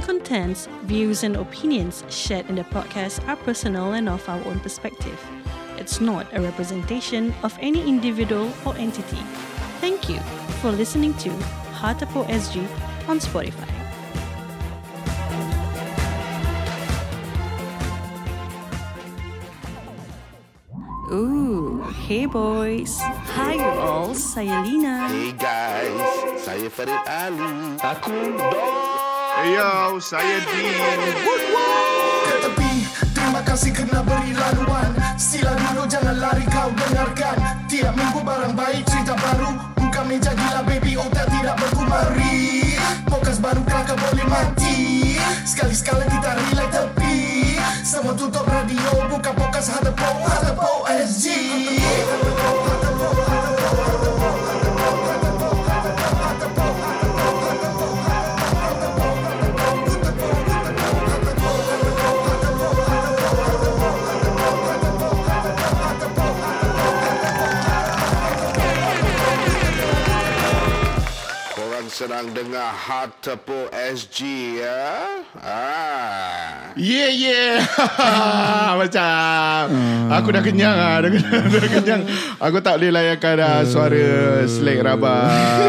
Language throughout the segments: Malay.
contents, views, and opinions shared in the podcast are personal and of our own perspective. It's not a representation of any individual or entity. Thank you for listening to Hartapo SG on Spotify. Ooh, hey boys. Hi you all, saya Lina. Hey guys, saya Farid Ali. Aku Hey yo, saya Dean. tepi Terima kasih kerana beri laluan Sila dulu jangan lari kau dengarkan Tiap minggu barang baik cerita baru Buka meja gila baby otak tidak berkumari Pokas baru kakak boleh mati Sekali-sekala kita relay tepi Semua tutup radio buka pokas Hatepo Hatepo SG Korang sedang dengar Hard Tepu SG ya. Ah. Yeah, yeah. Macam aku dah kenyang ah, dah, kenyang, dah kenyang. Aku tak boleh layankan ah, suara selek rabak.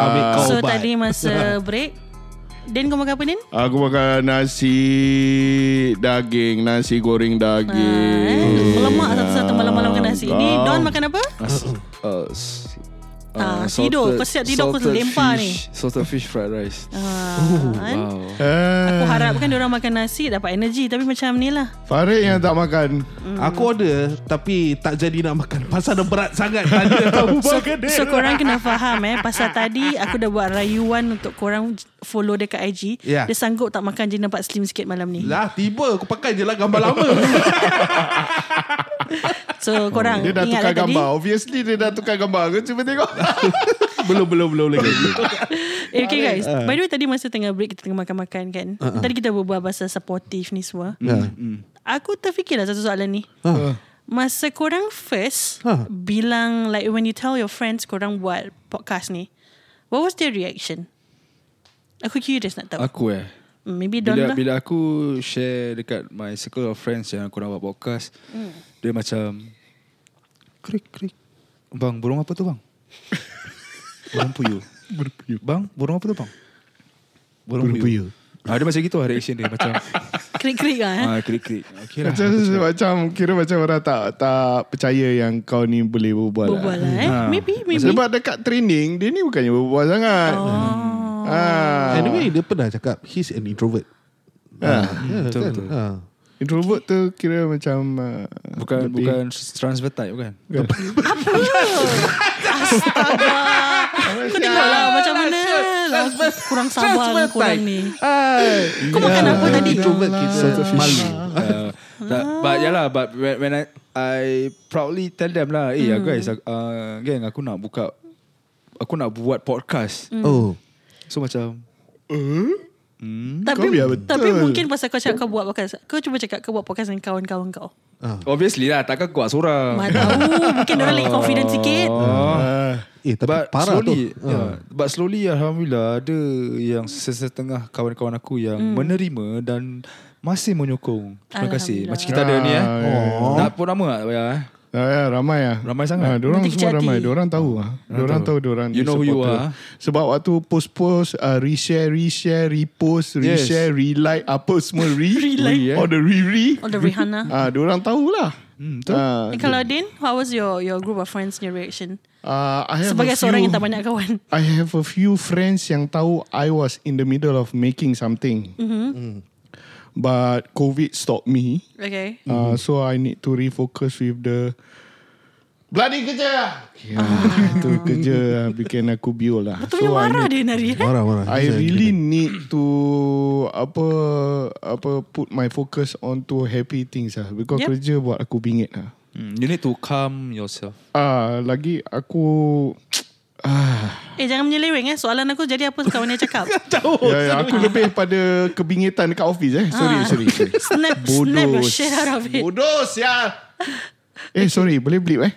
Ambil kau so ubat. tadi masa break, Din kau makan apa Din? Aku makan nasi daging, nasi goreng Hmm. daging. Ah. Melemak Ah, eh. satu-satu malam-malam makan nasi. Ni Kau. Don makan apa? Uh, s- Ah, tidur. Kau siap tidur, kau salted lempar fish- Salted fish fried rice. Ah, kan? Wow. Eh, Aku harapkan diorang makan nasi dapat energi tapi macam ni lah. Farid yang tak makan. Hmm, mm. Aku order tapi tak jadi nak makan pasal dia berat sangat. Tadi dah tahu So, makan dia. so korang kena faham eh Pasal tadi aku dah buat rayuan Untuk korang follow dekat IG Ya. Dia sanggup tak makan je nampak slim sikit malam ni lah tiba aku pakai je lah gambar lama. So korang Dia dah ingat tukar lah tadi gambar. Obviously dia dah tukar gambar. Aku cuba tengok. belum belum belum lagi. Eh, Okay guys Ah. By the way tadi masa tengah break Kita tengah makan-makan kan Ah, Tadi kita berbual pasal supportive ni semua Ya. Hmm. Aku terfikirlah satu soalan ni Ha. Ha. Masa korang first Bilang like when you tell your friends Korang buat podcast ni What was their reaction? Aku curious nak tahu Aku eh. Maybe Don lah Bila bila aku share dekat my circle of friends yang aku nak buat podcast, Hmm. dia macam krik krik. Bang, burung apa tu bang? burung puyuh. Burung puyuh. Bang, burung apa tu bang? Burung, puyuh. Ah, dia macam gitu lah reaction dia macam Krik-krik lah eh ah krik krik. Okey lah. Macam, macam kira macam orang tak tak percaya yang kau ni boleh berbual. Berbual lah eh Ha. Maybe maybe Sebab dekat training dia ni bukannya berbual sangat. Oh. Ah. Anyway dia pernah cakap he's an introvert. Ah. Ya, Hmm, betul, kan? betul. Ha. Introvert tu kira macam uh, Bukan bukan transvertite bukan. Kau tengok lah macam mana lah. Kurang sabar lah korang ni Kau Ya. makan Kan apa tadi? Introvert kita malu. uh, tak, but yeah lah, but when, when I, I proudly tell them lah, eh hey, Hmm. guys, uh, geng aku nak buka, aku nak buat podcast. Hmm. Oh. So macam, Tapi Kau biar betul. tapi mungkin pasal kau cakap kau buat podcast Kau cuba cakap kau buat podcast dengan kawan-kawan kau obviously lah, takkan aku buat seorang. Mana tahu Mungkin orang lagi confident sikit Oh. Eh tapi But parah slowly, tu. Ah. yeah, But slowly Alhamdulillah Ada yang sesetengah kawan-kawan aku Yang Hmm. menerima dan masih menyokong Terima Alhamdulillah. kasih Macam kita ada ni eh Ah, oh. Nak pun nama tak payah eh Ah, ya, ramai ah. Ramai Ah, sangat. diorang Nanti semua kejadi. ramai. Diorang tahu ah. Diorang tahu diorang ni You know who you supporter. are. Sebab waktu post-post, uh, reshare, reshare, repost, Yes. reshare, relike, apa semua re. eh. Relike. Oh. Or the re-re. All the Rihanna Ah, diorang tahulah. Hmm, betul. Ah, And kalau Din What was your your group of friends Your reaction ah, Eh, I have Sebagai a few, seorang yang tak banyak kawan I have a few friends yang tahu I was in the middle of making something. Mm-hmm. But COVID stopped me. Okay Uh, so I need to refocus with the bloody kerja. Yeah, itu kerja uh, bikin aku biol lah. Tu punya I marah need, dia Nari eh? Marah marah. I really need to apa apa put my focus onto happy things lah because Yep. yep. kerja buat aku bingit lah. Hmm, You need to calm yourself Ah lagi aku ah Eh jangan menyeleweng eh Soalan aku jadi apa Kawan dia cakap oh, ya, ya, aku lebih pada kebingitan dekat office eh. Sorry Ah. sorry. sorry. Snap Snap your shit out of it Bodoh sial. Eh sorry boleh blip eh.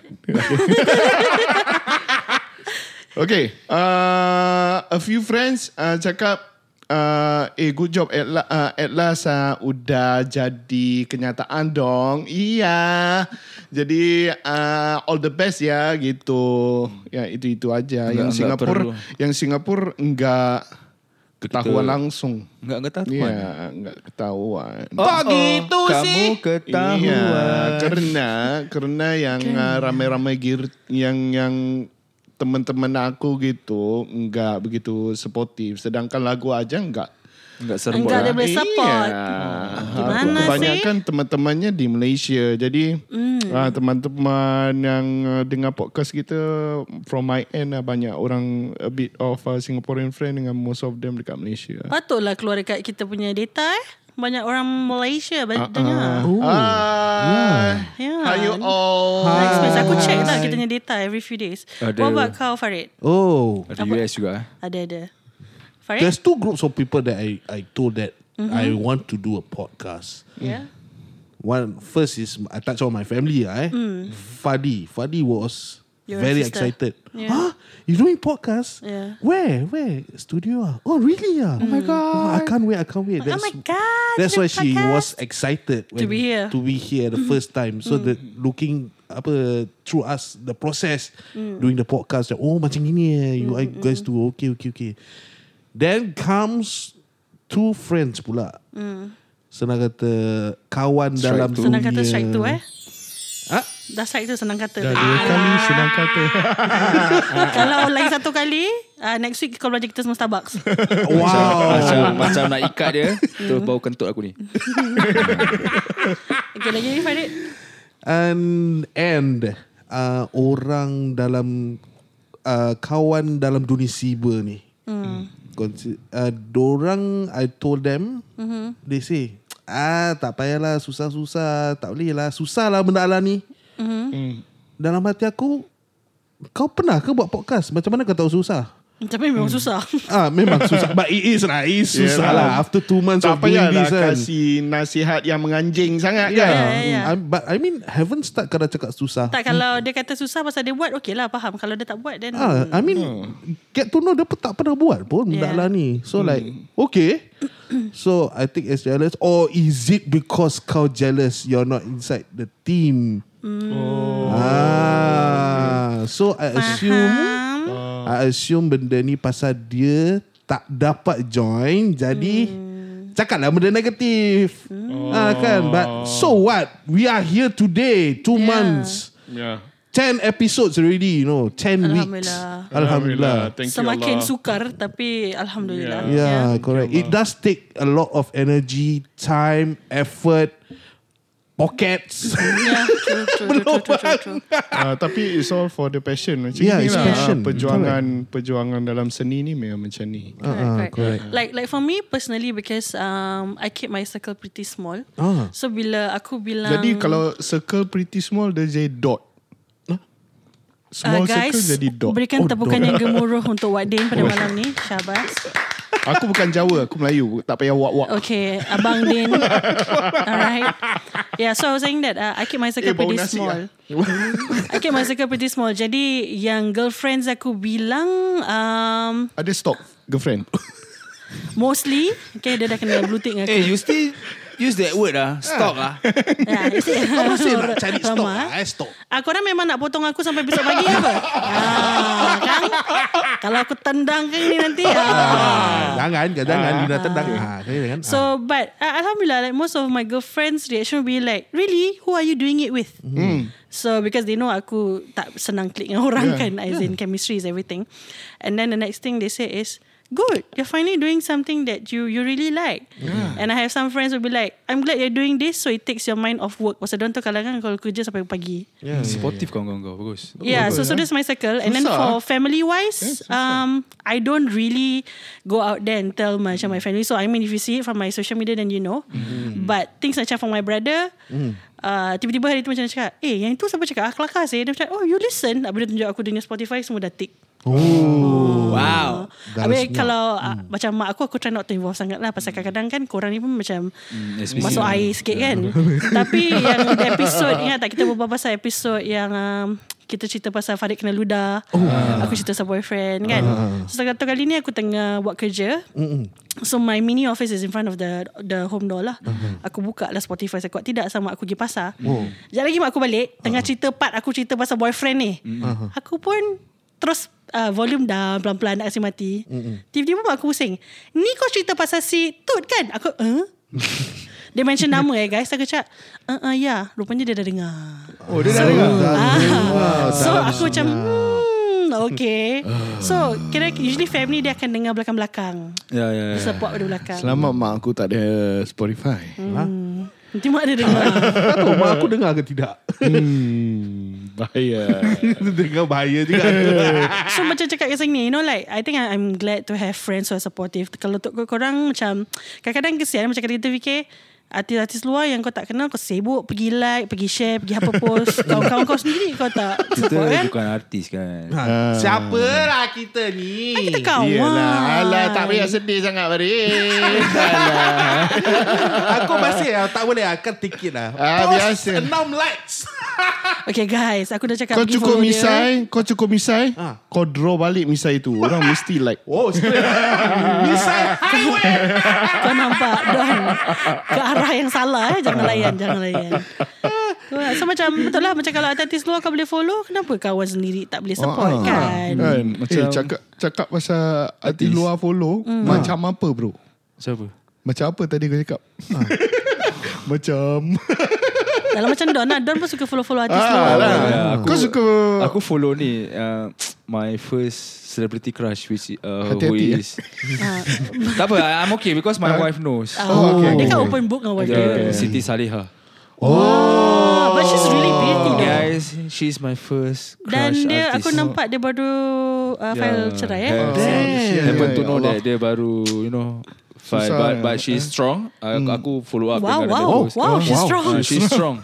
okay. Uh, a few friends uh, cakap Uh, eh good job at, la, uh, at last uh, udah jadi kenyataan dong iya jadi uh, all the best ya gitu ya itu itu aja yang enggak Singapura perlu. yang Singapura enggak ketahuan langsung Enggak enggak tahu. Iya, Ya, enggak ketahuan. Kok Oh, gitu sih? Kamu ketahuan. Iya, karena karena yang uh, ramai-ramai gir yang yang teman-teman aku gitu enggak begitu supportive. Sedangkan lagu aja enggak. Enggak lah. serba. Enggak lah, ada boleh Iya. support. Gimana sih? Kebanyakan teman-temannya di Malaysia. Jadi Hmm. ah, teman-teman yang uh, dengar podcast kita from my end lah, banyak orang a bit of uh, Singaporean friend dengan most of them dekat Malaysia. Patutlah keluar dekat kita punya data eh. Banyak orang Malaysia Ah, banyak dengar. Oh. Ya. Ah. Hi. Yeah. How you all? Nice place. Aku check lah kita punya data every few days. Ada. What about kau Farid? Oh. Ada US juga. eh. Ada ada. Farid? There's two groups of people that I, I told that Mm-hmm. I want to do a podcast. Yeah. One first is I touch on my family, eh? Fadi. Fadi Hmm. was Your very sister. excited. Yeah. Huh? You doing podcast? Yeah. Hmm. Where? Where? Studio? Ah? Oh really? Ah? Oh my god. I can't wait. I can't wait. Oh my god. That's the why she podcast. was excited when- be here. To be here the Mm-hmm. first time. So that looking apa through us the process Mm. doing the podcast. Like, oh macam gini eh. You I Mm-hmm, guys do okay okay okay. Then comes two friends pula. Mm. Senang kata kawan dalam two. Senang kata dunia. strike tu eh. Ah? Dah strike tu senang kata. Dah dua kali senang kata. Kalau lagi satu kali, ah, next week kau belajar kita semua Starbucks. Oh. Wow. Macam, macam nak ikat dia Terus bau kentut aku ni Okay, lagi ni Farid. And Um, and uh, orang dalam uh, kawan dalam dunia siber ni. Hmm. Uh, dorang I told them mm-hmm. they say ah tak payahlah susah-susah tak boleh lah susah lah benda lah ni. Hmm. Mm-hmm. Dalam hati aku kau pernah ke buat podcast? Macam mana kau tahu susah? Tapi memang susah. Ah memang susah But it is lah It is Yeah, susah lah lah. After two months tak of doing payahlah this kan kasih nasihat yang menganjing sangat Yeah, kan. yeah, yeah. I'm- But I mean Haven't start kadang cakap susah Tak kalau dia kata susah pasal dia buat, okey lah faham. Kalau dia tak buat, then... Ah, I mean Get to know Dia pun tak pernah buat pun Yeah. yeah. Benda lah ni So like Okay So I think it's jealous Or is it because Kau jealous You're not inside the team oh. ah, So I assume I assume benda ni Pasal dia Tak dapat join Jadi Cakaplah benda negatif ah, kan? But so what We are here today Two Yeah. months Ya, 10 episodes already, you know. 10 weeks. Alhamdulillah. Alhamdulillah. Thank you Semakin Allah. sukar tapi Alhamdulillah. Ya. Yeah, correct. It does take a lot of energy, time, effort, pockets. Yeah, Ya, true, true, true, true, true, true, true. Ah, tapi it's all for the passion macam Yeah, ni it's lah. passion. Perjuangan perjuangan dalam seni ni memang macam ni. Ah. Correct, correct. Like like for me personally because um I keep my circle pretty small. Ah. So bila aku bilang Jadi kalau circle pretty small dia jadi dot. uh, Small guys circle jadi dot. berikan tepukan yang gemuruh untuk Wadin pada malam ni. Syabas. Aku bukan Jawa, aku Melayu. Tak payah wak-wak. Okay, Abang Din. Alright. Yeah, so I was saying that uh, I keep my circle Eh, bau pretty nasi small. lah. I keep my circle pretty small. Jadi yang girlfriends aku bilang um, Ada stok girlfriend. mostly, okay dia dah kena blue tick dengan aku. Eh you still Use that word lah Stop lah Ya, Kau mesti nak cari Lama, stok. eh. I stok. Aku orang memang nak potong aku sampai besok pagi apa? ah, kan? Kalau aku tendang kan ni nanti. Ah. Jangan, jangan. Dina tendang. Ah, saya jangan. Ah. So but uh, Alhamdulillah like most of my girlfriends reaction will be like really who are you doing it with? So because they know aku tak senang klik dengan orang kan as in chemistry is everything. And then the next thing they say is Good, you're finally doing something that you you really like. And I have some friends will be like, I'm glad you're doing this so it takes your mind off work. Pasal diorang tu kadang-kadang kalau kerja sampai pagi. Supportive kawan-kawan Hmm. kau Bagus Yeah, so so that's my circle. And then for family wise, um, I don't really go out there and tell much of my family. So I mean, if you see it from my social media, then you know. But things macam for my brother, uh, tiba-tiba hari tu macam dia cakap, eh yang tu siapa cakap? Ah, kelakar sih. Dia macam, oh you listen. Habis dia tunjuk aku dia punya Spotify semua dah tick. Oh. Wow Dah Habis senyap. kalau uh, macam mak aku, aku try not to involve sangat lah. Pasal kadang-kadang kan korang ni pun macam SPC. masuk Ya. air sikit kan. Tapi yang episode, ingat tak kita berbual pasal episode yang um, kita cerita pasal Farid kena ludah. Oh. Aku cerita pasal boyfriend kan. So satu kali ni aku tengah buat kerja. Mm-mm. So my mini office is in front of the the home door lah. Uh-huh. Aku buka lah Spotify saya tidak sama aku pergi pasar. Oh. Ah. Sekejap lagi mak aku balik, tengah cerita part aku cerita pasal boyfriend ni. Uh-huh. Aku pun terus uh, volume down pelan-pelan nak kasi mati. Mm-mm. Tiba-tiba mak aku pusing. Ni kau cerita pasal si Tut kan? Aku, eh? Dia mention nama eh guys Aku cakap uh, uh, Ya Rupanya dia dah dengar Oh dia dah dengar ah. So aku macam hmm, Okay Ah. So kira Usually family dia akan dengar belakang-belakang Ya, ya, Dia ya. support dari belakang Eh. Selamat Ah, mak aku tak ada Spotify Hmm. Nanti mak dia dengar Tak tahu Hmm. mak aku dengar ke tidak Hmm, Bahaya Dengar bahaya juga So macam cakap kat sini You know like I think I- I'm glad to have friends Who are supportive Kalau untuk korang macam Kadang-kadang kesian Macam kata kita fikir Artis-artis luar yang kau tak kenal Kau sibuk Pergi like Pergi share Pergi apa post Kawan-kawan kau sendiri Kau tak Kita support kan bukan artis kan Ha, Siapa lah kita ni Kan kita kawan Yelah Alah tak payah sedih sangat Farid Aku masih ah, tak boleh Akan tiket lah Ah, Post biasa. 6 likes Okay guys Aku dah cakap Kau pergi cukup follow dia. eh. misai Kau cukup misai Ha. Ah. Kau draw balik misai tu Orang mesti like Oh straight Misal highway Kau nampak Don Ke arah yang salah eh. Jangan layan Jangan layan Tu lah. So macam Betul lah Macam kalau artis luar Kau boleh follow Kenapa kawan sendiri Tak boleh support Ah, ah. kan Kan Macam- Eh cakap Cakap pasal Artis Hmm. luar follow Macam apa bro Siapa? Macam apa tadi kau cakap Macam Dalam macam Don lah Don pun suka follow-follow artis luar ah, lah. Ya, aku- Kau suka Aku follow ni uh, My first celebrity crush Which uh, Who Hati-hati, eh. Ah. is ah. Tak apa I- I'm okay Because my wife knows Oh, Dia kan open book dengan wife dia. yeah, Siti Salihah Oh, but she's really beauty though. Guys She's my first Dan crush dia aku artist. nampak dia baru uh, file cerai eh. Yeah. Oh. Damn. Happen to Ya know Allah. that Dia baru You know Fine, Susah, Hmm. but, eh. but she's strong. Uh, Aku follow up Wow, dengan dia wow, post. Oh, wow, she's Ah, strong. she's strong.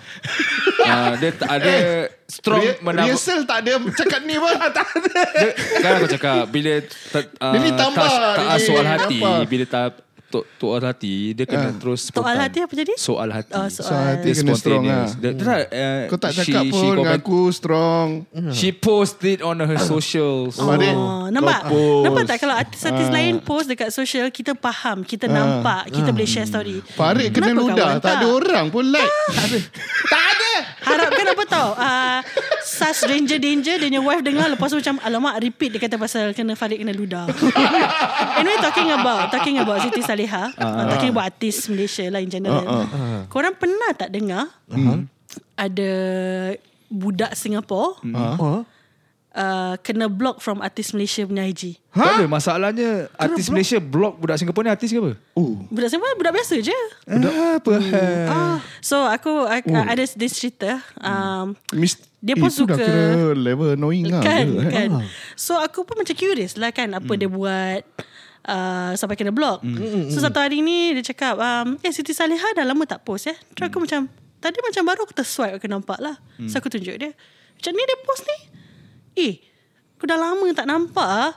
uh, dia tak ada strong Re- menang. Rehearsal tak ada Cakap ni pun Tak ada Kan aku cakap bila tak uh, Dia ni tambah. touch- tak Dia ni soal hati, tambah. bila tak to- soal hati dia kena terus Soal spontan. hati apa jadi? Soal hati. Oh, soal. Soal Ah. hati kena strong lah. Dia, dia, uh, Kau tak cakap she, pun she, Dengan comment, aku Ah. strong Hmm. she posted on her socials. Oh, Farid, nampak? kau post. Ah. Nampak tak kalau artis-artis lain post dekat social, kita faham, kita nampak, kita boleh share story. Farid kena Kenapa ludah kawan Tak ada tak? Ah. orang pun like Tak ada Harapkan apa tau? Uh, Sas danger danger, dia punya wife dengar lepas tu macam, alamak repeat dia kata pasal kena Farid kena ludah. anyway, talking about, talking about Siti Saleha, uh, Ah. talking about artis Malaysia lah in general. Uh, uh. Korang pernah tak dengar Hmm. uh-huh. ada budak Singapore Hmm. Ah. Huh? uh, kena block from artis Malaysia punya IG? Tak ada masalahnya artis Malaysia block budak Singapura ni artis ke apa? Budak Singapore budak biasa je. Ah, apa hal? So aku I, oh. ada this cerita um, Mis- Dia pun eh, tu Dah suka- kira level annoying lah kan Betul, eh? Hmm. kan. So aku pun macam curious lah kan apa dia buat uh, sampai kena block. So satu hari ni dia cakap um, eh Siti Saleha dah lama tak post eh. Terus Hmm. aku macam tadi macam baru aku terswipe aku nampak lah. So aku tunjuk dia. Macam ni dia post ni. Eh aku dah lama tak nampak ah.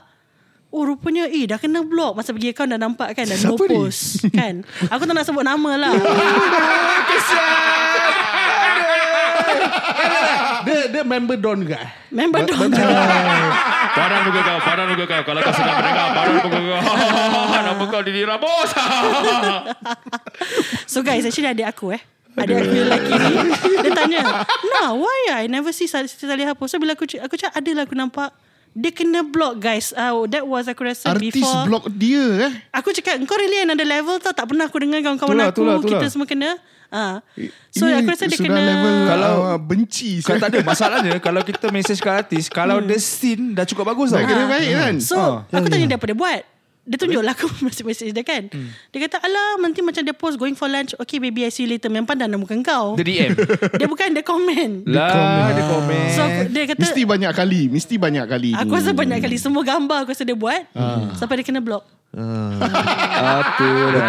Oh rupanya eh dah kena block Masa pergi account dah nampak kan Dah no Siapa ni? post Kan Aku tak nak sebut nama lah Dia, dia member Don ke? Member dong lah. Padan muka kau, padan muka kau. Kalau kau sedang mendengar, padan muka kau. Nama kau dirabos. So guys Actually adik aku eh Adik aku yang lelaki ni Dia tanya Nah why ah? I never see Siti Saliha post So bila aku c- Aku cakap ada lah aku nampak Dia kena block guys oh, That was aku rasa Artis before block dia eh Aku cakap Kau really another level tau Tak pernah aku dengar kawan-kawan Itulah, aku itulah, itulah. Kita semua kena ha. So Ini aku rasa dia sudah kena Ah. level Kalau- kalau benci Kalau tak ada masalahnya kalau kita message ke artis kalau the scene dah cukup bagus Tak tau. Ah. kena baik kan So aku tanya dia apa dia buat Dia tunjuk lah aku message-message dia kan Hmm. Dia kata alah nanti macam dia post Going for lunch Okay baby I see you later Memang pandang nama kau The DM. Dia bukan dia komen lah dia komen. So aku, dia kata Mesti banyak kali Mesti banyak kali Hmm. Aku rasa banyak kali Semua gambar aku rasa dia buat Sampai dia kena block apa dah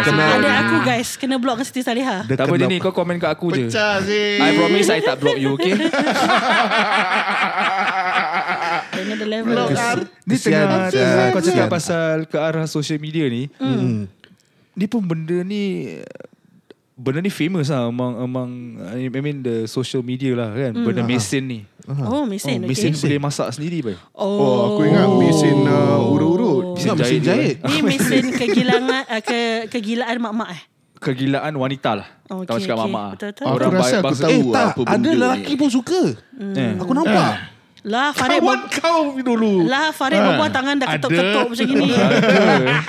Ada kenal. Ah. aku guys Kena block dengan Siti Saliha Tak apa Dini kau komen kat aku je. Pecah sih I promise I tak block you okay Another level Ni tengah Kesian. tengah Kau cakap Kesian. pasal Ke arah social media ni Hmm. Ni pun benda ni Benda ni famous lah Among, among I mean the social media lah kan Benda mesin ni Oh, mesin. oh, Oh, Hmm. mesin okay. boleh masak sendiri bai. Oh, Oh, aku ingat mesin uh, urut-urut. Mesin jahit. jahit. Ni mesin kegilangan uh, ke, kegilaan mak-mak eh. Kegilaan wanita lah. Okey, Tahu cakap okey. mama. Betul, betul. Aku Orang rasa baik aku bangsa Eh Tahu tak, apa ada benda lelaki pun suka. Hmm. Eh. Aku nampak. Lah Farid Kawan ber- kau dulu. lah Farid berbuah tangan dah ketuk-ketuk macam gini. lah.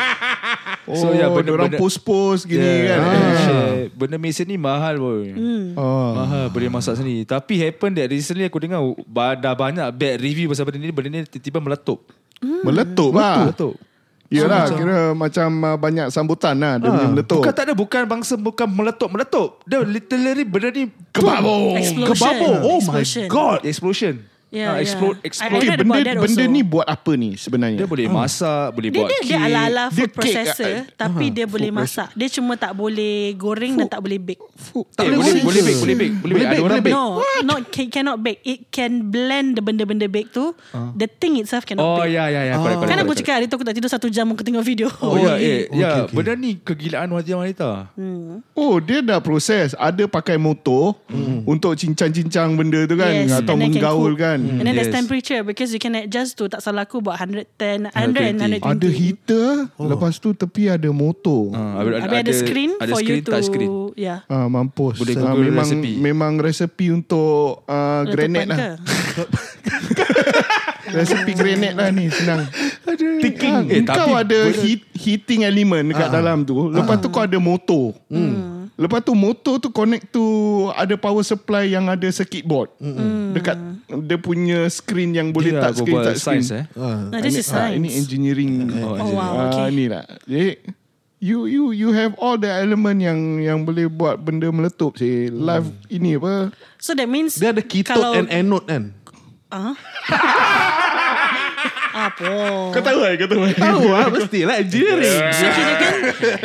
So, ya, benda- orang benda- Oh, post-post gini kan. Yeah. Eh. Shit. Benda mesin ni mahal boy. Hmm. Oh. Mahal boleh masak sendiri. Tapi happen that recently aku dengar ba- dah banyak bad review pasal benda ni. Benda ni tiba-tiba meletup. Hmm. Meletup lah. Meletup. Yelah, kira macam uh, banyak sambutan lah. Dia punya meletup. Ah. Bukan tak ada bukan bangsa bukan meletup meletup. Dia literally benda ni Kebabong. Explosion. Kebabur. Oh my Explosion. god. explosion. Yeah, Ah, yeah. I- explode explode. I- Eh, Okay, Ada buat benda, that benda also. ni buat apa ni sebenarnya? Dia boleh masak, boleh Dia buat dia, dia cake. ala-ala food Dia cake, processor tapi dia boleh masak. Dia cuma tak boleh goreng dan tak boleh bake. Tak Eh, boleh, boleh boleh, boleh bake. bake, boleh bake, boleh bake. Ada orang bake. No, not can, cannot bake. It can blend the benda-benda bake tu. The thing itself cannot Oh bake. ya ya ya correct correct. Kan aku correct, cakap hari tu aku tak tidur satu jam aku tengok video. correct. Oh ya eh Okay, okay. ya benda ni kegilaan wanita-wanita. Hmm. Oh, dia dah proses. Ada pakai motor Hmm. untuk cincang-cincang benda tu kan. Yes, atau and then can menggaul cook. Hmm. kan. And then yes. there's Yes. temperature because you can adjust tu tak salah aku buat 110, 100 and 120. Ada heater. Oh. Lepas tu tepi ada motor. Ha, Habis ada, screen ada for you screen, to ya. touch screen. yeah. Ah, mampus. Boleh Ah, Google memang resepi. memang resepi untuk uh, granite Letupan lah. ke? Resepi granite lah ni senang. Thinking. Eh, kau ada heat, heating element Ah. dekat dalam tu. Lepas tu kau ada motor. Hmm. Lepas tu motor tu connect tu ada power supply yang ada circuit board. Hmm. Dekat dia punya screen yang boleh Dia touch aku screen buat touch screen. science eh. Ha. No, this ini, is ah, science. ini engineering. Oh, wow, Ah, okay. ni lah. Jadi you you you have all the element yang yang boleh buat benda meletup sih. Live Hmm. ini apa? So that means Dia ada ketode kalau, and anode kan. apa? Kau tahu kan? Kau tahu kan? Tahu ah mesti lah engineering. So kira kan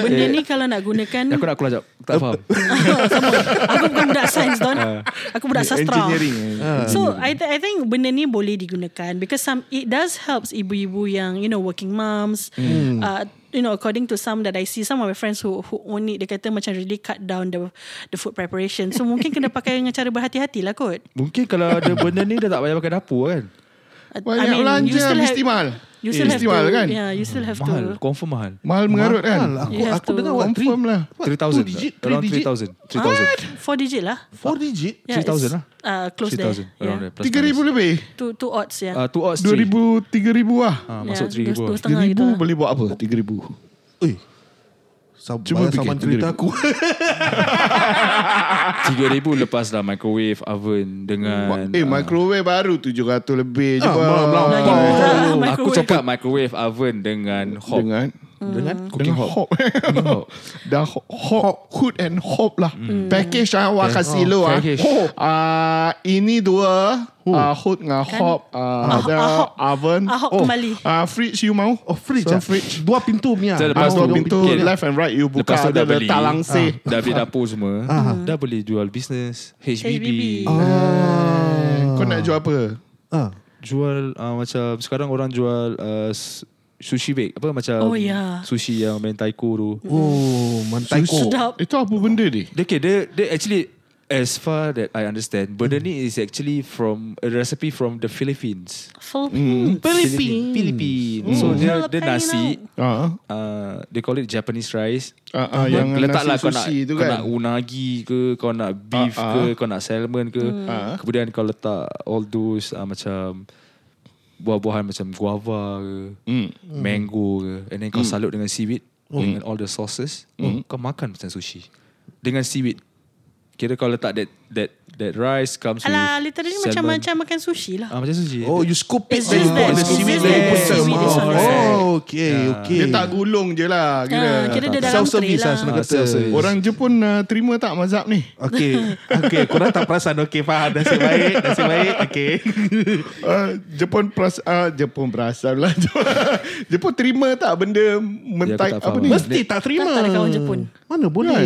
benda ni kalau nak gunakan Eh. Aku nak keluar jap. Tak faham. aku bukan budak sains don. Ah. Aku budak sastra. Engineering. Ha. So I th- I think benda ni boleh digunakan because some it does helps ibu-ibu yang you know working moms. Hmm. Uh, you know according to some that I see some of my friends who who own it dia kata macam really cut down the the food preparation. So mungkin kena pakai dengan cara berhati-hati lah kot. Mungkin kalau ada benda ni dah tak payah pakai dapur kan. I- Banyak you belanja, still have- mesti mahal. You still have Mesti mahal to, kan? Yeah, you still have Mahal, to. confirm mahal. Mahal mengarut lah. kan? Aku, You have aku to- dengar what, three, Confirm lah. what, two 3000. digit, three Around digit, 3000. 3000. Four digit lah. four digit. Yeah, 3,000 it's, lah. Uh, close there. 3000 around Yeah. there. plus 3,000 minus. lebih? Two, two odds, yeah. Ah, two odds Dua three. ribu, tiga ribu lah. Ah, masuk yeah, dua- dua 3000 lah. setengah gitu Ribu lah. boleh buat apa? Tiga ribu. Ui. Sab- Cuba Cuma saman fikir, cerita aku. 3000 lepas dah microwave oven dengan Eh, ah, microwave baru tujuh ratus lebih je. Ah, Pak. malam- malam- Lagi murah lah Oh, Aku microwave. cakap microwave oven dengan hob. Dengan dengan dengan cooking hop. hob. Dah hop, hop, hood and hop lah. Package ah, awak kasih lu ah. Hmm. package. Ho. Ah, ini dua. Ah, hood dengan hop. Ah, ada Kan? ah, hop. oven. Ah, hop kembali. Ah, fridge you mau? Oh, fridge. So, ah. fridge. Dua pintu punya. So, Ah, lepas dua tu, pintu okay. left and right you buka. Lepas tu Ada dah beli. talang seh. Dah beli dapur semua. Hmm. Dah boleh jual bisnes. HBB. HBB. Ah. Kau nak jual apa? Ah. Jual ah, macam sekarang orang jual ah, s- sushi bake. Apa Oh, macam ya. sushi yang mentaiko tu. Oh, mantaiko. Sedap. Itu apa benda ni? Dia- Okay, dia, dia actually as far that I understand, benda ni is actually from a recipe from the Philippines. Philippines. Hmm. Philippines. Hmm. Philippines. So Oh. dia, dia Filipino. nasi, Ah, uh, they call it Japanese rice. ah, ah, yang Kau nasi letaklah lah kau nak, sushi tu kau kan. nak unagi ke, kau nak beef Ah, ke, kau nak salmon ke. Hmm. Ah. Kemudian kau letak all those uh, macam buah-buahan macam guava ke, Hmm. mango ke. And then kau salut dengan seaweed dengan all the sauces. Hmm. Oh, Kau makan macam sushi. Dengan seaweed. Kira kau letak that that that rice comes Alah, with literally salmon. macam macam makan sushi lah. Ah, macam sushi. Oh, you scoop it. It's then you just put that- the it's seaweed, just then you that put the some. seaweed is on the side. Oh, okay, okay. Dia tak gulung je lah kira. Ah, kira dia dalam tray Self-service lah lah. senang kata. Self-service. Orang Jepun uh, terima tak mazhab ni? Okay, okay. Korang tak perasan. Okay, faham. Nasib baik, nasib baik. Okay. Uh, Jepun peras uh, Jepun perasaan lah. Jepun terima tak benda mentai Ya, aku tak apa faham. ni? Mesti tak terima. Tak, tak ada kawan Jepun. Mana Kan? boleh.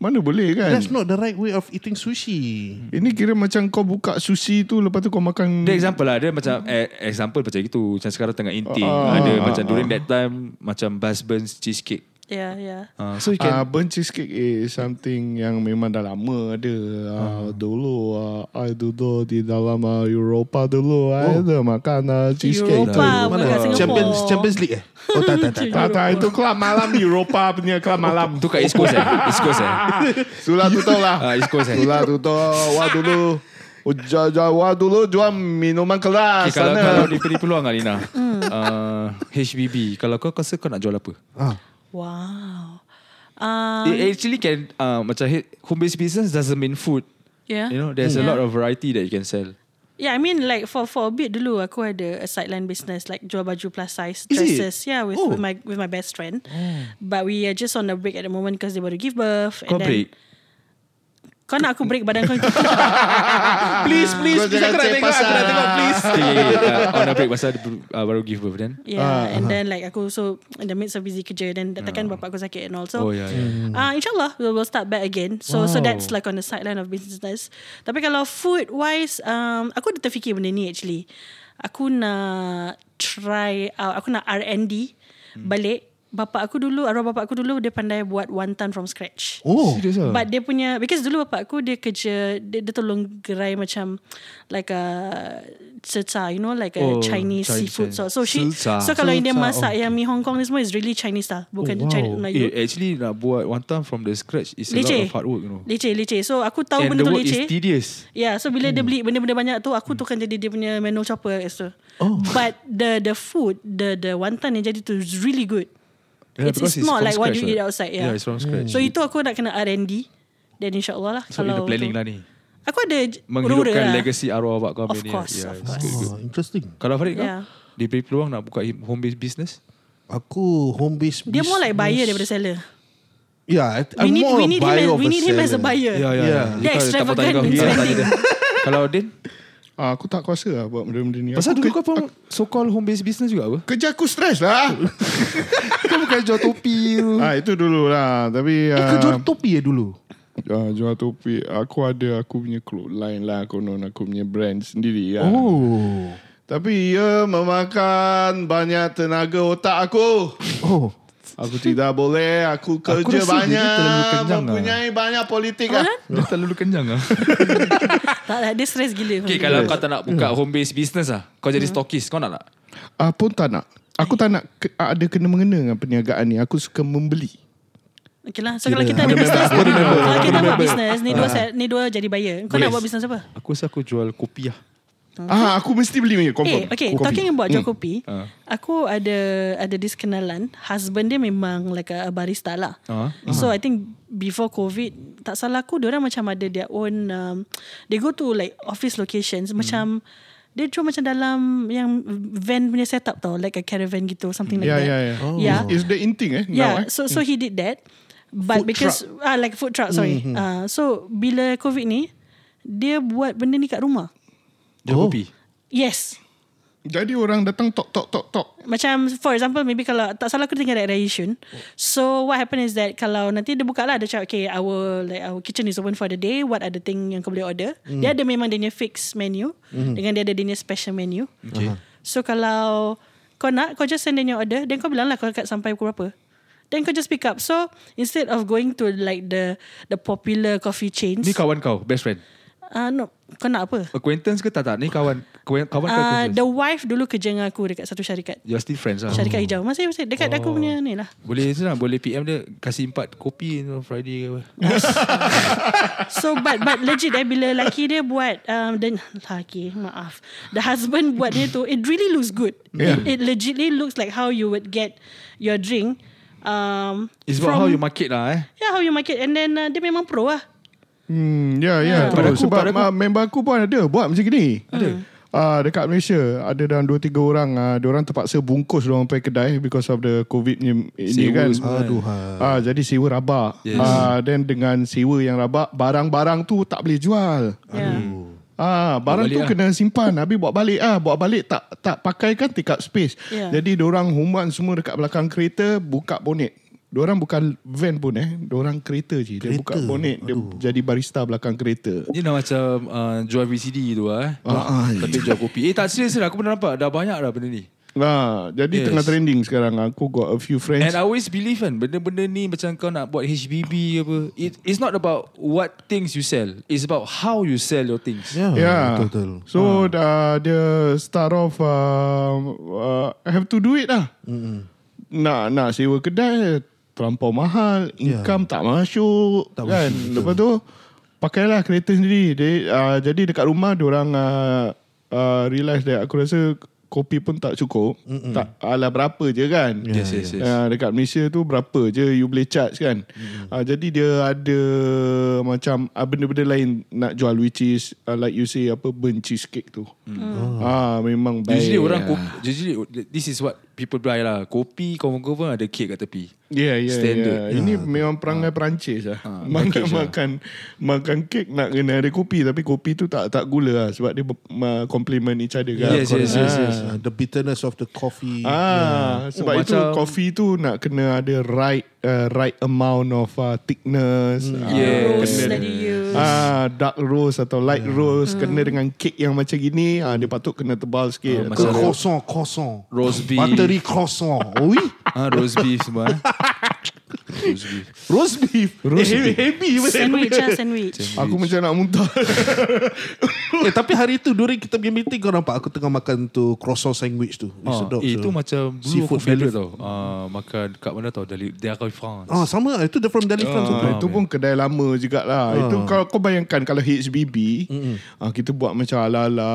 Mana boleh kan? That's not the right way of eating sushi. Ini kira macam kau buka sushi tu lepas tu kau makan Dia example lah Dia macam eh, Example macam gitu Macam sekarang tengah inting Ah, Ada ah, macam During that time Macam Buzz Burns Cheesecake Yeah, yeah. Uh, so you can Ah, burnt cheesecake is something yang memang dah lama ada. Ah, dulu ah, I dulu di dalam ah, Eropah dulu I Oh. ada makan ah, cheesecake. Eropah, tu. bukan Singapore. Champions Champions League eh? Oh tak tak tak. Tak tak itu kelab malam Eropah punya kelab malam. Tu kat East Coast eh East Coast eh Sulah tutup lah. Ah, East Coast eh Sulah tutup. Wah dulu. Uja, Jawa dulu jual minuman kelas okay, Kalau, kalau sana. diberi peluang Alina Hmm. uh, HBB Kalau kau rasa kau nak jual apa Wow. Uh, It actually can uh, Macam he- home based business Doesn't mean food yeah. You know There's a Hmm. Yeah. lot of variety That you can sell Yeah, I mean like for for a bit dulu aku ada a sideline business like jual baju plus size Is it? dresses. Yeah, with, with my with my best friend. But we are just on a break at the moment because they were to give birth. Kau and break Then, kau nak aku break badan kau. Ah. Please please Kau jangan cek pasal- Okay, okay, okay. Uh, on a break Pasal uh, baru give birth then Yeah, and then like aku also in the midst of busy kerja then datangkan bapak aku sakit and all. So Ah. Oh yeah, yeah. Uh, insyaAllah we will start back again So so that's like on the sideline of business Tapi kalau food wise um, Aku dah terfikir benda ni actually Aku nak try out Aku nak R&D Hmm. Balik Bapak aku dulu Arwah bapak aku dulu Dia pandai buat wonton from scratch Oh. Ya. ah? But dia punya Because dulu bapak aku Dia kerja Dia, dia tolong gerai macam Like a Cita You know like a Oh, Chinese, Chinese, seafood Chinese. So, so she Tze-cha. So kalau dia masak Yang mi Hong Kong ni semua Is really Chinese style Bukan Chinese Melayu Eh, actually nak buat one time from the scratch is a lot Leceh of hard work, you know. Leceh leceh So aku tahu And benda the tu work leceh is Hmm. tedious. Yeah so bila dia beli Benda-benda banyak tu Aku tukar jadi dia punya Manual chopper kat situ oh. But the the food The the wonton yang jadi tu Is really good It's- because it's not from like what you scratch, eat right? outside, yeah. yeah, it's from scratch. So itu aku nak kena R&D Then insyaAllah lah So in the planning lah ni Aku ada j- Menghidupkan urut-urut legacy arwah awak kau lah. Of ni. Ya, course, of course. it's Ya. good, good. Oh, interesting. Kalau Farid kau Yeah. Diberi peluang nak buka home based business Aku home based. Dia more like buyer daripada seller Yeah, We I, I'm need, more we a need, him, buyer as, of we need him as a seller. buyer Ya, Yeah. Dia Kau tak extravagant bertanya kau. in Dia tak spending. tanya. Kalau Din Ah, aku tak kuasa lah buat benda-benda ni. Pasal Aku dulu ke- kau pun So called home based business juga apa Kerja aku stres lah. Kau bukan jual topi tu ah, itu dulu lah. Tapi... Eh, ah, kau jual topi ya dulu? Ah, jual topi Aku ada aku punya clothes line lah Konon aku punya brand sendiri lah. Oh. Tapi ia memakan banyak tenaga otak aku Oh. Aku tidak boleh Aku kerja rasa dia ni banyak terlalu kenyang lah. Mempunyai banyak politik lah Dia terlalu kenyang lah Tak tak dia stress gila Okay kalau kau tak nak buka home based business lah Kau jadi Hmm. stokis Kau nak tak ah, Pun tak nak Aku tak nak ke, ah, ada kena-mengena dengan perniagaan ni Aku suka membeli Okay lah So kalau kita ada business Kalau kita buat business Ni Ah. dua set- ni dua jadi buyer Kau nak Yes. buat business apa? Aku rasa aku jual kopi lah ah, Aku mesti beli punya confirm Hmm. Eh, okay, Kopi. Hmm. Ah. talking about jual kopi, aku ada ada this kenalan, husband dia memang like a barista lah. Ah. Hmm. So I think before COVID, tak salah aku, diorang macam ada their own, um, they go to like office Hmm. locations, macam dia cuma macam dalam yang van punya setup tau, like a caravan gitu, something like Ya, that. ya, ya. Oh. Yeah. Is the inting eh Yeah, now, eh? so so he did that, but Food Mm-hmm. because ah like food truck, sorry. Ah, so bila COVID ni, dia buat benda ni kat rumah. Jual Oh. kopi Yes. Jadi orang datang tok tok tok tok Macam for example Maybe kalau Tak salah aku tinggal Dekat Yishun So what happen is that Kalau nanti dia buka lah Dia cakap okay Our like our kitchen is open for the day What are the thing Yang kau boleh order Hmm. Dia ada memang Dia punya fixed menu Dengan dia ada Dia punya special menu Okay So kalau Kau nak Kau just send dia punya order Then kau bilang lah Kau kat sampai pukul berapa Then kau just pick up So instead of going to Like the The popular coffee chains Ni kawan kau Best friend uh, No Kau nak apa Acquaintance ke tak tak Ni kawan Kawan, kawan kau uh, The acquaintance wife dulu kerja dengan aku Dekat satu syarikat You're still friends lah Syarikat hijau Masih masih Dekat oh. aku punya ni lah Boleh senang Boleh PM dia Kasih empat kopi on Friday ke apa So but but legit eh bila lelaki dia buat um, dan lelaki maaf the husband buat dia tu it really looks good. It, it legitly looks like how you would get your drink. Um, It's about from- how you market lah eh yeah how you market and then uh, dia memang pro lah. Hmm, ya, ya. Pada Terus aku- sebab pada aku- ah, member aku pun ada buat macam ni. Ada. Ah, dekat Malaysia ada dalam 2 3 orang ah orang terpaksa bungkus orang pergi kedai because of the covid ni ini Sewa kan. semua Aduh. Ha. Ah jadi sewa rabak. Yes. Ah then dengan sewa yang rabak barang-barang tu tak boleh jual. Yeah. Ah barang balik tu lah. kena simpan habis bawa balik ah bawa balik tak tak pakai kan take up space. Ya. Jadi orang humban semua dekat belakang kereta buka bonet. Diorang bukan van pun eh. Diorang kereta je. Dia buka Kereta. bonet. Dia jadi barista belakang kereta. Ni dah macam uh, Jual VCD tu lah eh Ah, ah. Tapi jual kopi Eh tak serius lah Aku pernah nampak Dah banyak dah benda ni Nah, Ah, jadi yes. Yes. tengah trending sekarang. Aku got a few friends. And I always believe kan Benda-benda ni Macam kau nak buat HBB apa it, It's not about What things you sell It's about How you sell your things Yeah, yeah. Ya, Betul-betul. Ya. Ha. So dah dia start off um, uh, have to do it lah. Mm-hmm. Nak nak sewa kedai terlampau mahal, income yeah. tak masuk tak Ya. Tak kan. masuk, betul. Lepas tu pakailah kereta sendiri. Dia, uh, jadi dekat rumah orang uh, uh, realise that aku rasa kopi pun tak cukup. Mm-hmm. Tak ala berapa je kan. Yes, yes, yes. Uh, dekat Malaysia tu berapa je you boleh charge kan. Uh, jadi dia ada macam uh, benda-benda lain nak jual which is uh, like you say apa burnt cheesecake tu. Mm. Oh. Hmm. Ah memang baik. ya. Usually orang kopi, Usually This is what people buy lah Kopi confirm pun ada cake kat tepi Yeah, yeah, standard. yeah. Ini memang Ah. perangai Perancis lah. makan package lah. makan makan kek nak kena ada kopi tapi kopi tu tak tak gula lah sebab dia ber- ma- complement each other kan. Yes, yes, yes, yes. Uh, the bitterness of the coffee. Ah, sebab Oh, itu macam- coffee tu nak kena ada right uh, right amount of uh, thickness. Mm. Yes. Rose Kena, that they use. Ah, dark rose atau light yeah. rose kena dengan kek yang macam gini, ah dia patut kena tebal sikit. Ke Masalah- croissant, croissant. Roast beef. Buttery croissant. Oh, oui. ha, Roast beef semua eh. Roast beef Roast beef. Roast eh, beef. Heavy. heavy. Sandwich lah sandwich. aku macam nak muntah. eh, tapi hari tu, during kita punya meeting, kau nampak aku tengah makan tu croissant sandwich tu. Eh, Ah, sedap. eh, tu. itu macam dulu Seafood Seafood aku favorite belly. tau. Ah, makan kat mana tau? Dari Dairy France. Ah, sama. Itu dia from Delhi, France. Ah, juga. itu pun kedai lama juga lah. Itu kalau kau bayangkan kalau HBB, ah, kita buat macam ala-ala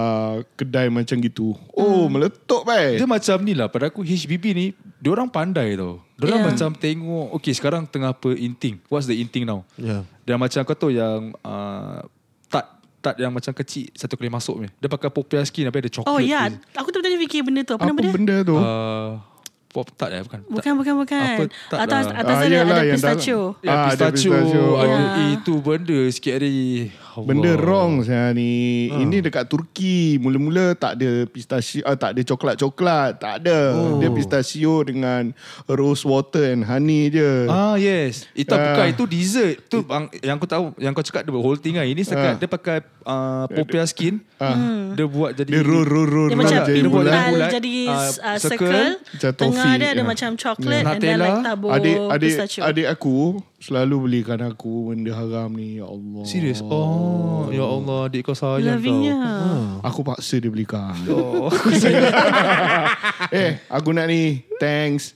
kedai macam gitu. Oh, meletup Dia baik. macam ni lah pada aku HBB ni Diorang pandai tau Yeah. Diorang yeah. macam tengok Okay sekarang tengah apa inting What's the inting now Ya. Yeah. Dan macam kau tahu yang uh, Tart Tart yang macam kecil Satu kali masuk ni Dia pakai popiah skin Habis ada coklat Oh ya, tu. aku tu tadi fikir benda tu. Apa, Apa nama dia? benda tu? uh, Pop tart eh bukan Bukan, bukan, bukan. Apa tart atas lah. atas Ah, ada, yelah, ada yang dalam- pistachio. Ah, Ya, ada pistachio, pistachio. ada Yeah. Itu benda sikit hari Allah. Ha. Benda wrong saya ni. Ini dekat Turki. Mula-mula tak ada pistachio, ah, tak ada coklat-coklat, tak ada. Oh. Dia pistachio dengan rose water and honey je. Ah yes. Itu uh, bukan Ah. itu dessert. Tu bang yang aku tahu yang kau cakap the whole thing lah. Ini Ah. sekat dia pakai uh, popiah skin. Hmm. Dia buat jadi Dia roll, roll, roll, Dia roll macam jadi dia bulat. pintal bulat. jadi Ah, uh, circle, circle. macam Tengah toffee, dia ada ya. macam coklat Ya. and then like Nutella. tabur Adik adik pistachio. adik aku selalu belikan aku benda haram ni. Ya Allah. Serius? Oh, ya Allah, adik kau Hmm. sayang Lovingnya. kau. Aku paksa dia belikan. Oh, eh, aku nak ni. Thanks.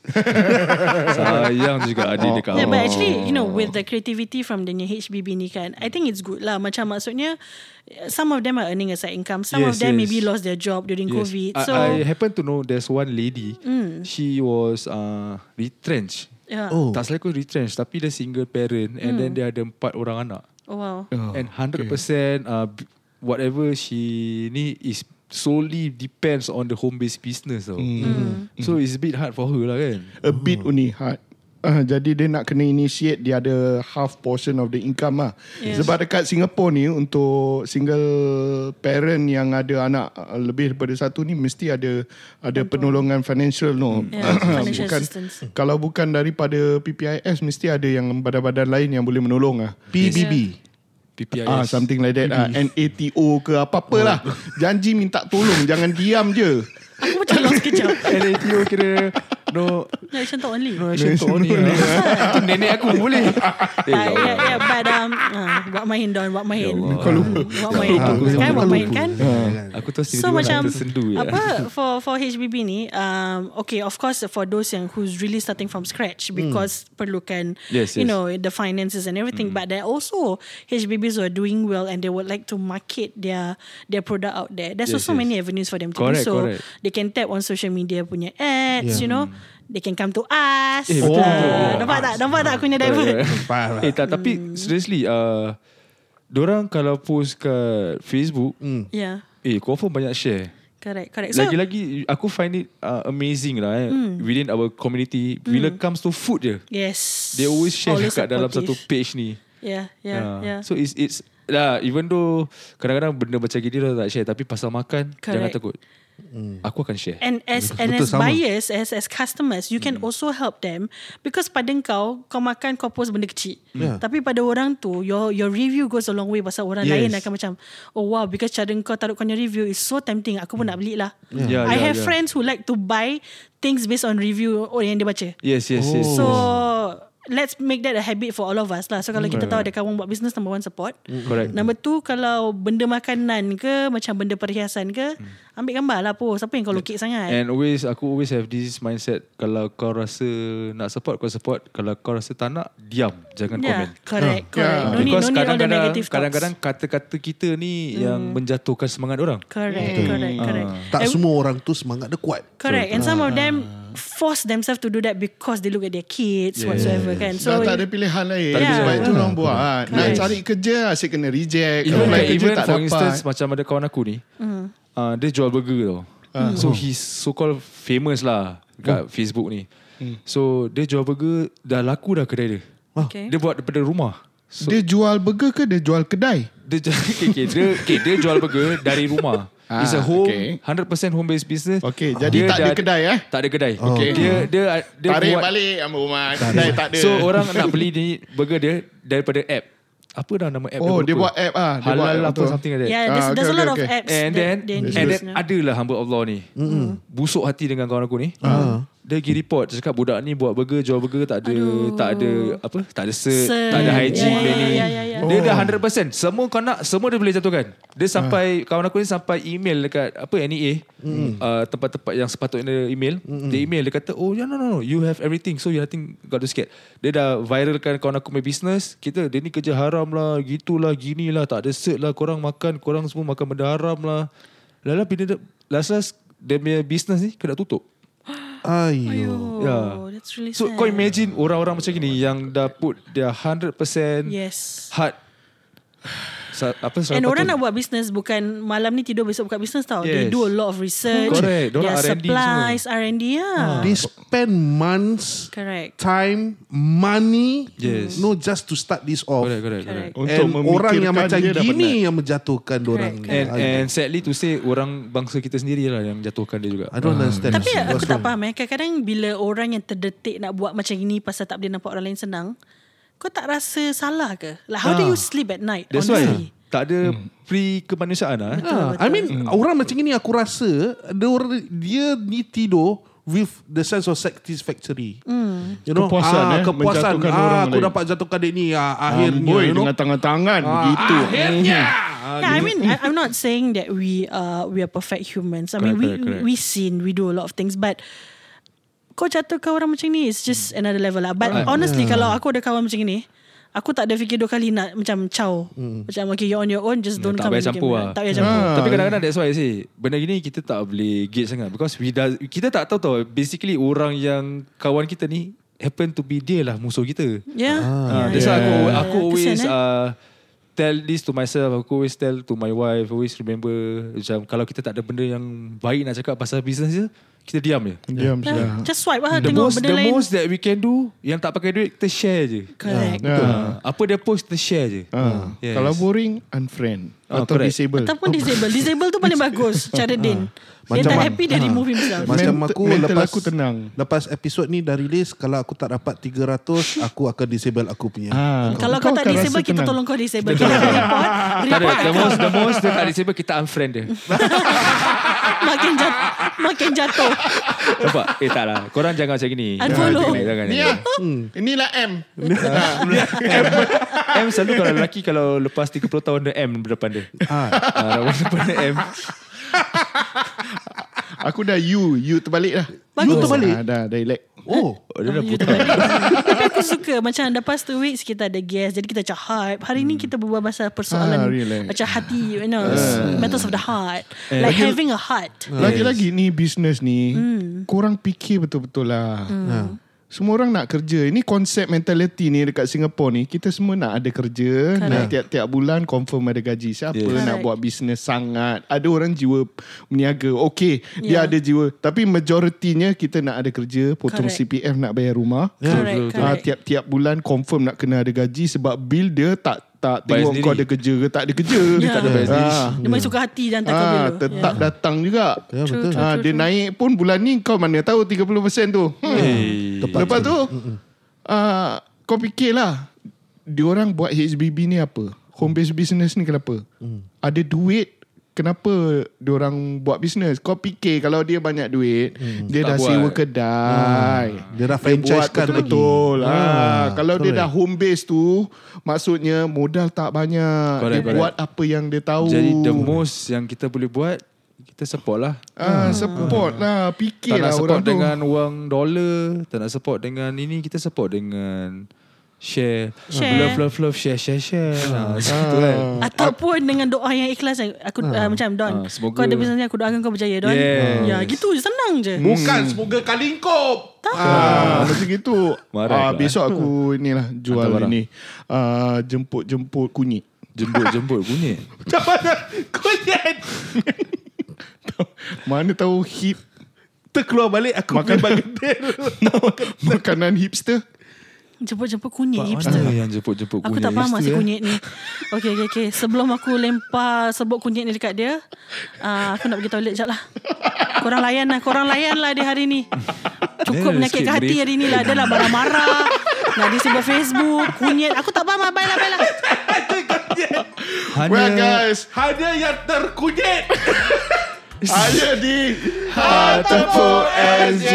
sayang juga adik dekat Yeah, awak. but actually, you know, with the creativity from the new HBB ni kan, I think it's good lah. Macam maksudnya, some of them are earning a side income. Some of Yes, them yes. maybe lost their job during COVID. I, So, Hmm. I happen to know there's one lady. She was uh, retrenched. yeah. oh. Oh. Tak salah aku retrenched tapi dia single parent and Hmm. then dia ada empat orang anak. Oh, wow. and 100% uh, b- whatever she need is solely depends on the home based business tau. Hmm. So it's a bit hard for her lah kan. A bit only hard. Ah, jadi dia nak kena initiate dia ada half portion of the income lah. Yes. Sebab dekat Singapore ni untuk single parent yang ada anak ah, lebih daripada satu ni mesti ada ada penolongan financial no. Yeah, financial bukan assistance. kalau bukan daripada PPIS mesti ada yang badan-badan lain yang boleh menolong ah. PBB. PPIS. Ah, something like that ah, NATO ke apa-apa lah. Janji minta tolong jangan diam je. Aku macam lost kejap. LATO kira no No action talk only. no action to only. lah. Itu nenek aku boleh. Eh, Ah, yeah, ya Allah. yeah, but um, ah, buat main Don, buat main. Ya Kau lupa. Buat main. Kan buat main kan? Aku terus So tiba-tiba macam nak tersendu ya. je. apa for for HBB ni um okay of course for those yang who's really starting from scratch because perlukan Hmm. Yes, Hmm. you yes. know the finances and everything but there are also HBBs who are doing well and they would like to market their their product out there. There's Yes, also yes. many avenues for them to Correct, do so. correct. They can tap on social media punya ads, you know. They can come to us. Eh, oh. betul, betul, betul. nampak tak? Nampak tak aku punya divert? eh tak tapi Hmm. seriously uh, Diorang kalau post kat Facebook yeah. Eh confirm banyak share Correct, correct. So, Hmm. Lagi-lagi aku find it uh, amazing lah eh, within our community bila comes to food je. yes. They always share Hmm. Always kat dalam satu supportive. page ni. Yeah, yeah, Ah, yeah. So it's it's lah even though kadang-kadang benda macam gini dah tak share tapi pasal makan Correct. Eh. jangan takut. Aku akan share And as and Betul, as sama. Hmm. buyers, as as customers, you can also help them because pada kau kau makan kau post benda kecil. Yeah. Tapi pada orang tu your your review goes a long way pasal orang Yes. lain akan macam oh wow because cara kau taruh kau punya review is so tempting aku Hmm. pun nak beli lah. Ya. Yeah, I yeah, have yeah. friends who like to buy things based on review orang yang dia baca. Yes, yes, yes. Oh. So let's make that a habit for all of us lah. So kalau kita tahu ada kawan buat business number one support. Correct. Number two kalau benda makanan ke macam benda perhiasan ke Hmm. ambil gambar lah post. Siapa yang kau lokek sangat? And always aku always have this mindset kalau kau rasa nak support kau support kalau kau rasa tak nak diam jangan yeah, komen. Ah, correct, correct. Ah. No Ya. need, no Because need all the kadang-kadang negative thoughts. Hmm. kadang-kadang kata-kata kita ni yang menjatuhkan semangat orang. correct, Hmm. correct, Ah. correct. Tak And- semua orang tu semangat dia kuat. Correct. And some of Ah. them force themselves to do that because they look at their kids whatsoever kan. So So, dah tak ada pilihan lain Tak ada Sebab pilihan. itu orang buat Nak Correct. cari kerja Asyik kena reject Even, Apply like, kerja even tak for dapat. instance macam ada kawan aku ni. Hmm. Uh, dia jual burger tau. Ah. So he's so called famous lah Oh. kat Facebook ni. Hmm. So dia jual burger dah laku dah kedai dia. Okay. Dia buat daripada rumah. So Dia jual burger ke Dia jual kedai dia jual, okay, okay, dia, okay, dia jual burger dari rumah. Ah, It's a home, okay. 100% home based business. Okay, jadi tak ada dah- kedai, eh? Tak ada kedai. Okay. Dia dia dia Tarik buat, balik Ambil rumah Kedai tak ada So orang nak beli ni burger dia daripada app. Apa dah nama app? Oh, aku dia lupa. buat app ah. Dia buat Halal app apa betul. something like that. yeah, there's, Ah, okay, there's a lot okay, of okay. Ya, apps And that then they And introduce then now. adalah hamba Allah ni Busuk hati dengan kawan aku ni Ah. Dia pergi report Dia cakap budak ni buat burger Jual burger tak ada Tak ada Apa Tak ada cert, Cert. Tak ada Yeah, hygiene dia yeah, ni yeah, yeah, yeah. Dia dah 100% Semua kau nak Semua dia boleh jatuhkan Dia sampai Kawan aku ni sampai email Dekat apa NEA uh, Tempat-tempat yang sepatutnya dia email Dia email Dia kata Oh yeah, no no no You have everything So you nothing Got to scared Dia dah viralkan Kawan aku punya business Kita dia ni kerja haram lah Gitulah Ginilah Tak ada cert lah Korang makan Korang semua makan benda haram lah Lala pindah Last-last lah, Dia punya business ni Kena tutup Ayo. Oh, Yeah. that's really So sad. kau imagine Orang-orang macam ni Yang dah put Their 100% Yes. Heart sa, Apa And orang nak seratus- buat business bukan malam ni tidur besok buka business tau. They Yes. do a lot of research. Correct. Dorang Their R&D supplies, R&D Ah. yeah. They spend months, Correct. time, money, Yes. no just to start this off. Correct correct correct And orang yang macam dia dah gini yang menjatuhkan orang. Correct, And, and sadly to say Orang bangsa kita sendiri lah Yang jatuhkan dia juga Ah. I don't understand. Tapi aku What's tak wrong? faham eh. Kadang-kadang bila orang yang terdetik nak buat macam ini pasal tak boleh nampak orang lain senang, kau tak rasa salah ke? Like how do Ah. you sleep at night? That's honestly? why Tak ada Free kemanusiaan lah eh. Ah, I mean Hmm. orang macam ni aku rasa dia orang- dia ni tidur with the sense of satisfactory. Hmm. You know, Kepuasan, ah, eh, kepuasan. menjatuhkan ah, orang aku lain. dapat jatuhkan dia ni ah, akhirnya. Amboi you know. dengan tangan-tangan Ah, Begitu Akhirnya. Ah, Yeah, I mean, I, I'm not saying that we are we are perfect humans. I mean, we Correct, correct, correct. we sin, we do a lot of things, but kau jatuhkan orang macam ni it's just Hmm. another level lah. But honestly, kalau aku ada kawan macam ni, aku tak ada fikir dua kali nak macam ciao. Macam okay, you're on your own, just don't Hmm. tak come and payah look at campur me. lah. Tak payah campur. Tapi kadang-kadang that's why I say Benda gini kita tak boleh gauge sangat Because we does, kita tak tahu tau Basically orang yang Kawan kita ni Happen to be dia lah Musuh kita Yeah. Ah, yeah. That's why aku, yeah. aku Kesian, always eh? uh, Tell this to myself Aku always tell to my wife Always remember Macam kalau kita tak ada benda yang Baik nak cakap pasal business je Kita diam je Diam Lah, sudah Just swipe lah The Tengok most, benda the lain most that we can do Yang tak pakai duit Kita share je Correct Betul. Ah, Apa dia post Kita share je Ah, Yes. Kalau boring Unfriend Ah, Atau correct. disable Ataupun disable Disable tu paling bagus Cara Din Dia Macam tak mana? happy Dia remove himself Macam Mental- aku mental lepas aku tenang. Lepas episod ni dah release kalau aku tak dapat 300 aku akan disable aku punya. Ah, Kalau kau tak akan rasa disable Kita tenang. tolong kau disable Kita report Tak ada Report The most The most dia tak disable Kita unfriend dia Makin jatuh Makin jatuh Nampak Eh tak lah Korang jangan macam gini Unfollow. Jangan, jangan, Ni jangan. lah Inilah M M selalu kalau lelaki Kalau lepas 30 tahun Dia M depan dia Ah. Ah, Orang depan dia M Aku dah U U terbalik lah Bagus. U terbalik? Ah, Dah dah elect Ah, Oh, Oh, Dia dah You putar terbalik. Tapi aku suka Macam dah past two weeks Kita ada guest Jadi kita macam hype Hari ni kita berbual pasal Ah, Persoalan relax. Macam hati You know Matters of the heart Like Lagi- having a heart Lagi-lagi ni bisnes ni Hmm. Korang fikir betul-betul lah Semua orang nak kerja Ini konsep mentality ni Dekat Singapura ni Kita semua nak ada kerja Nak tiap-tiap bulan Confirm ada gaji Siapa Yes. nak Correct. buat bisnes sangat Ada orang jiwa Meniaga Okay Yeah. Dia ada jiwa Tapi majoritinya Kita nak ada kerja Potong Correct. CPF Nak bayar rumah Correct, Ah, correct. Tiap-tiap bulan Confirm nak kena ada gaji Sebab bil dia tak tak Bayar tengok sendiri. kau ada kerja ke tak ada kerja. Ah. Dia tak ada bayar sendiri. Ah. Dia main suka hati je hantar kau Ah, dulu. tetap yeah. datang juga. Ya, True, betul. true. Ha, dia naik pun bulan ni kau mana tahu 30% tu. Hmm. Tepat Lepas sekali. tu uh, kau fikirlah diorang buat HBB ni apa? Home based business ni kenapa? Hmm. Ada duit Kenapa diorang buat bisnes? Kau fikir kalau dia banyak duit, hmm. dia Tak dah buat. buat. sewa kedai. Dia dah buat franchise-kan Hmm. lagi. betul-betul. Ha, Ah, kalau dia correct. dah home base tu, maksudnya modal tak banyak. Correct, dia correct. buat apa yang dia tahu. Jadi the most yang kita boleh buat kita support lah. Ah, support lah. Tak Fikirlah orang nak support tu. dengan uang dolar, tak nak support dengan ini, kita support dengan share. Share. Love love love share share share. Ha, situ kan. Ah. Ataupun dengan doa yang ikhlas yang Aku uh, macam Don Ah, semoga- Kau ada bisnes ni, Aku doakan kau berjaya Don Yes. Ya gitu je Senang je Bukan semoga kali kau. Ah, macam gitu. Marah eh? Ah, pula, besok aku inilah jual Hantar barang. ini. Ah, jemput-jemput kunyit. Jembut-jembut bunyi. Kunyit. Mana tahu hip Terkeluar balik aku Makan- Makan. beli bagedel. makanan hipster. Jemput-jemput kunyit hipster. Mana yang jemput-jemput Aku bunyi? tak faham Hipster, maksud eh? kunyit ni Okay okay okay Sebelum aku lempar Sebut kunyit ni dekat dia uh, Aku nak pergi toilet sekejap lah Korang layan lah Korang layan lah dia hari ni Cukup Dia menyakitkan sikit hati brief. hari ni lah Dia lah marah-marah Nak dia sebut Facebook Kunyit Aku tak faham lah Baiklah baiklah Hana, Ah, Well guys, Hanya yang terkunyit. ada di Hatapur SG.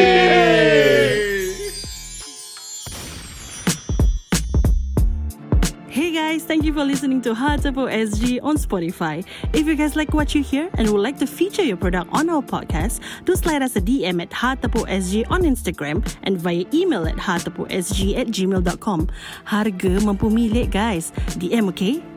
Hey guys, thank you for listening to Hartapo SG on Spotify. If you guys like what you hear and would like to feature your product on our podcast, do slide us a DM at Hartapo SG on Instagram and via email at hartaposg at gmail.com. Harga mampu milik guys. DM okay?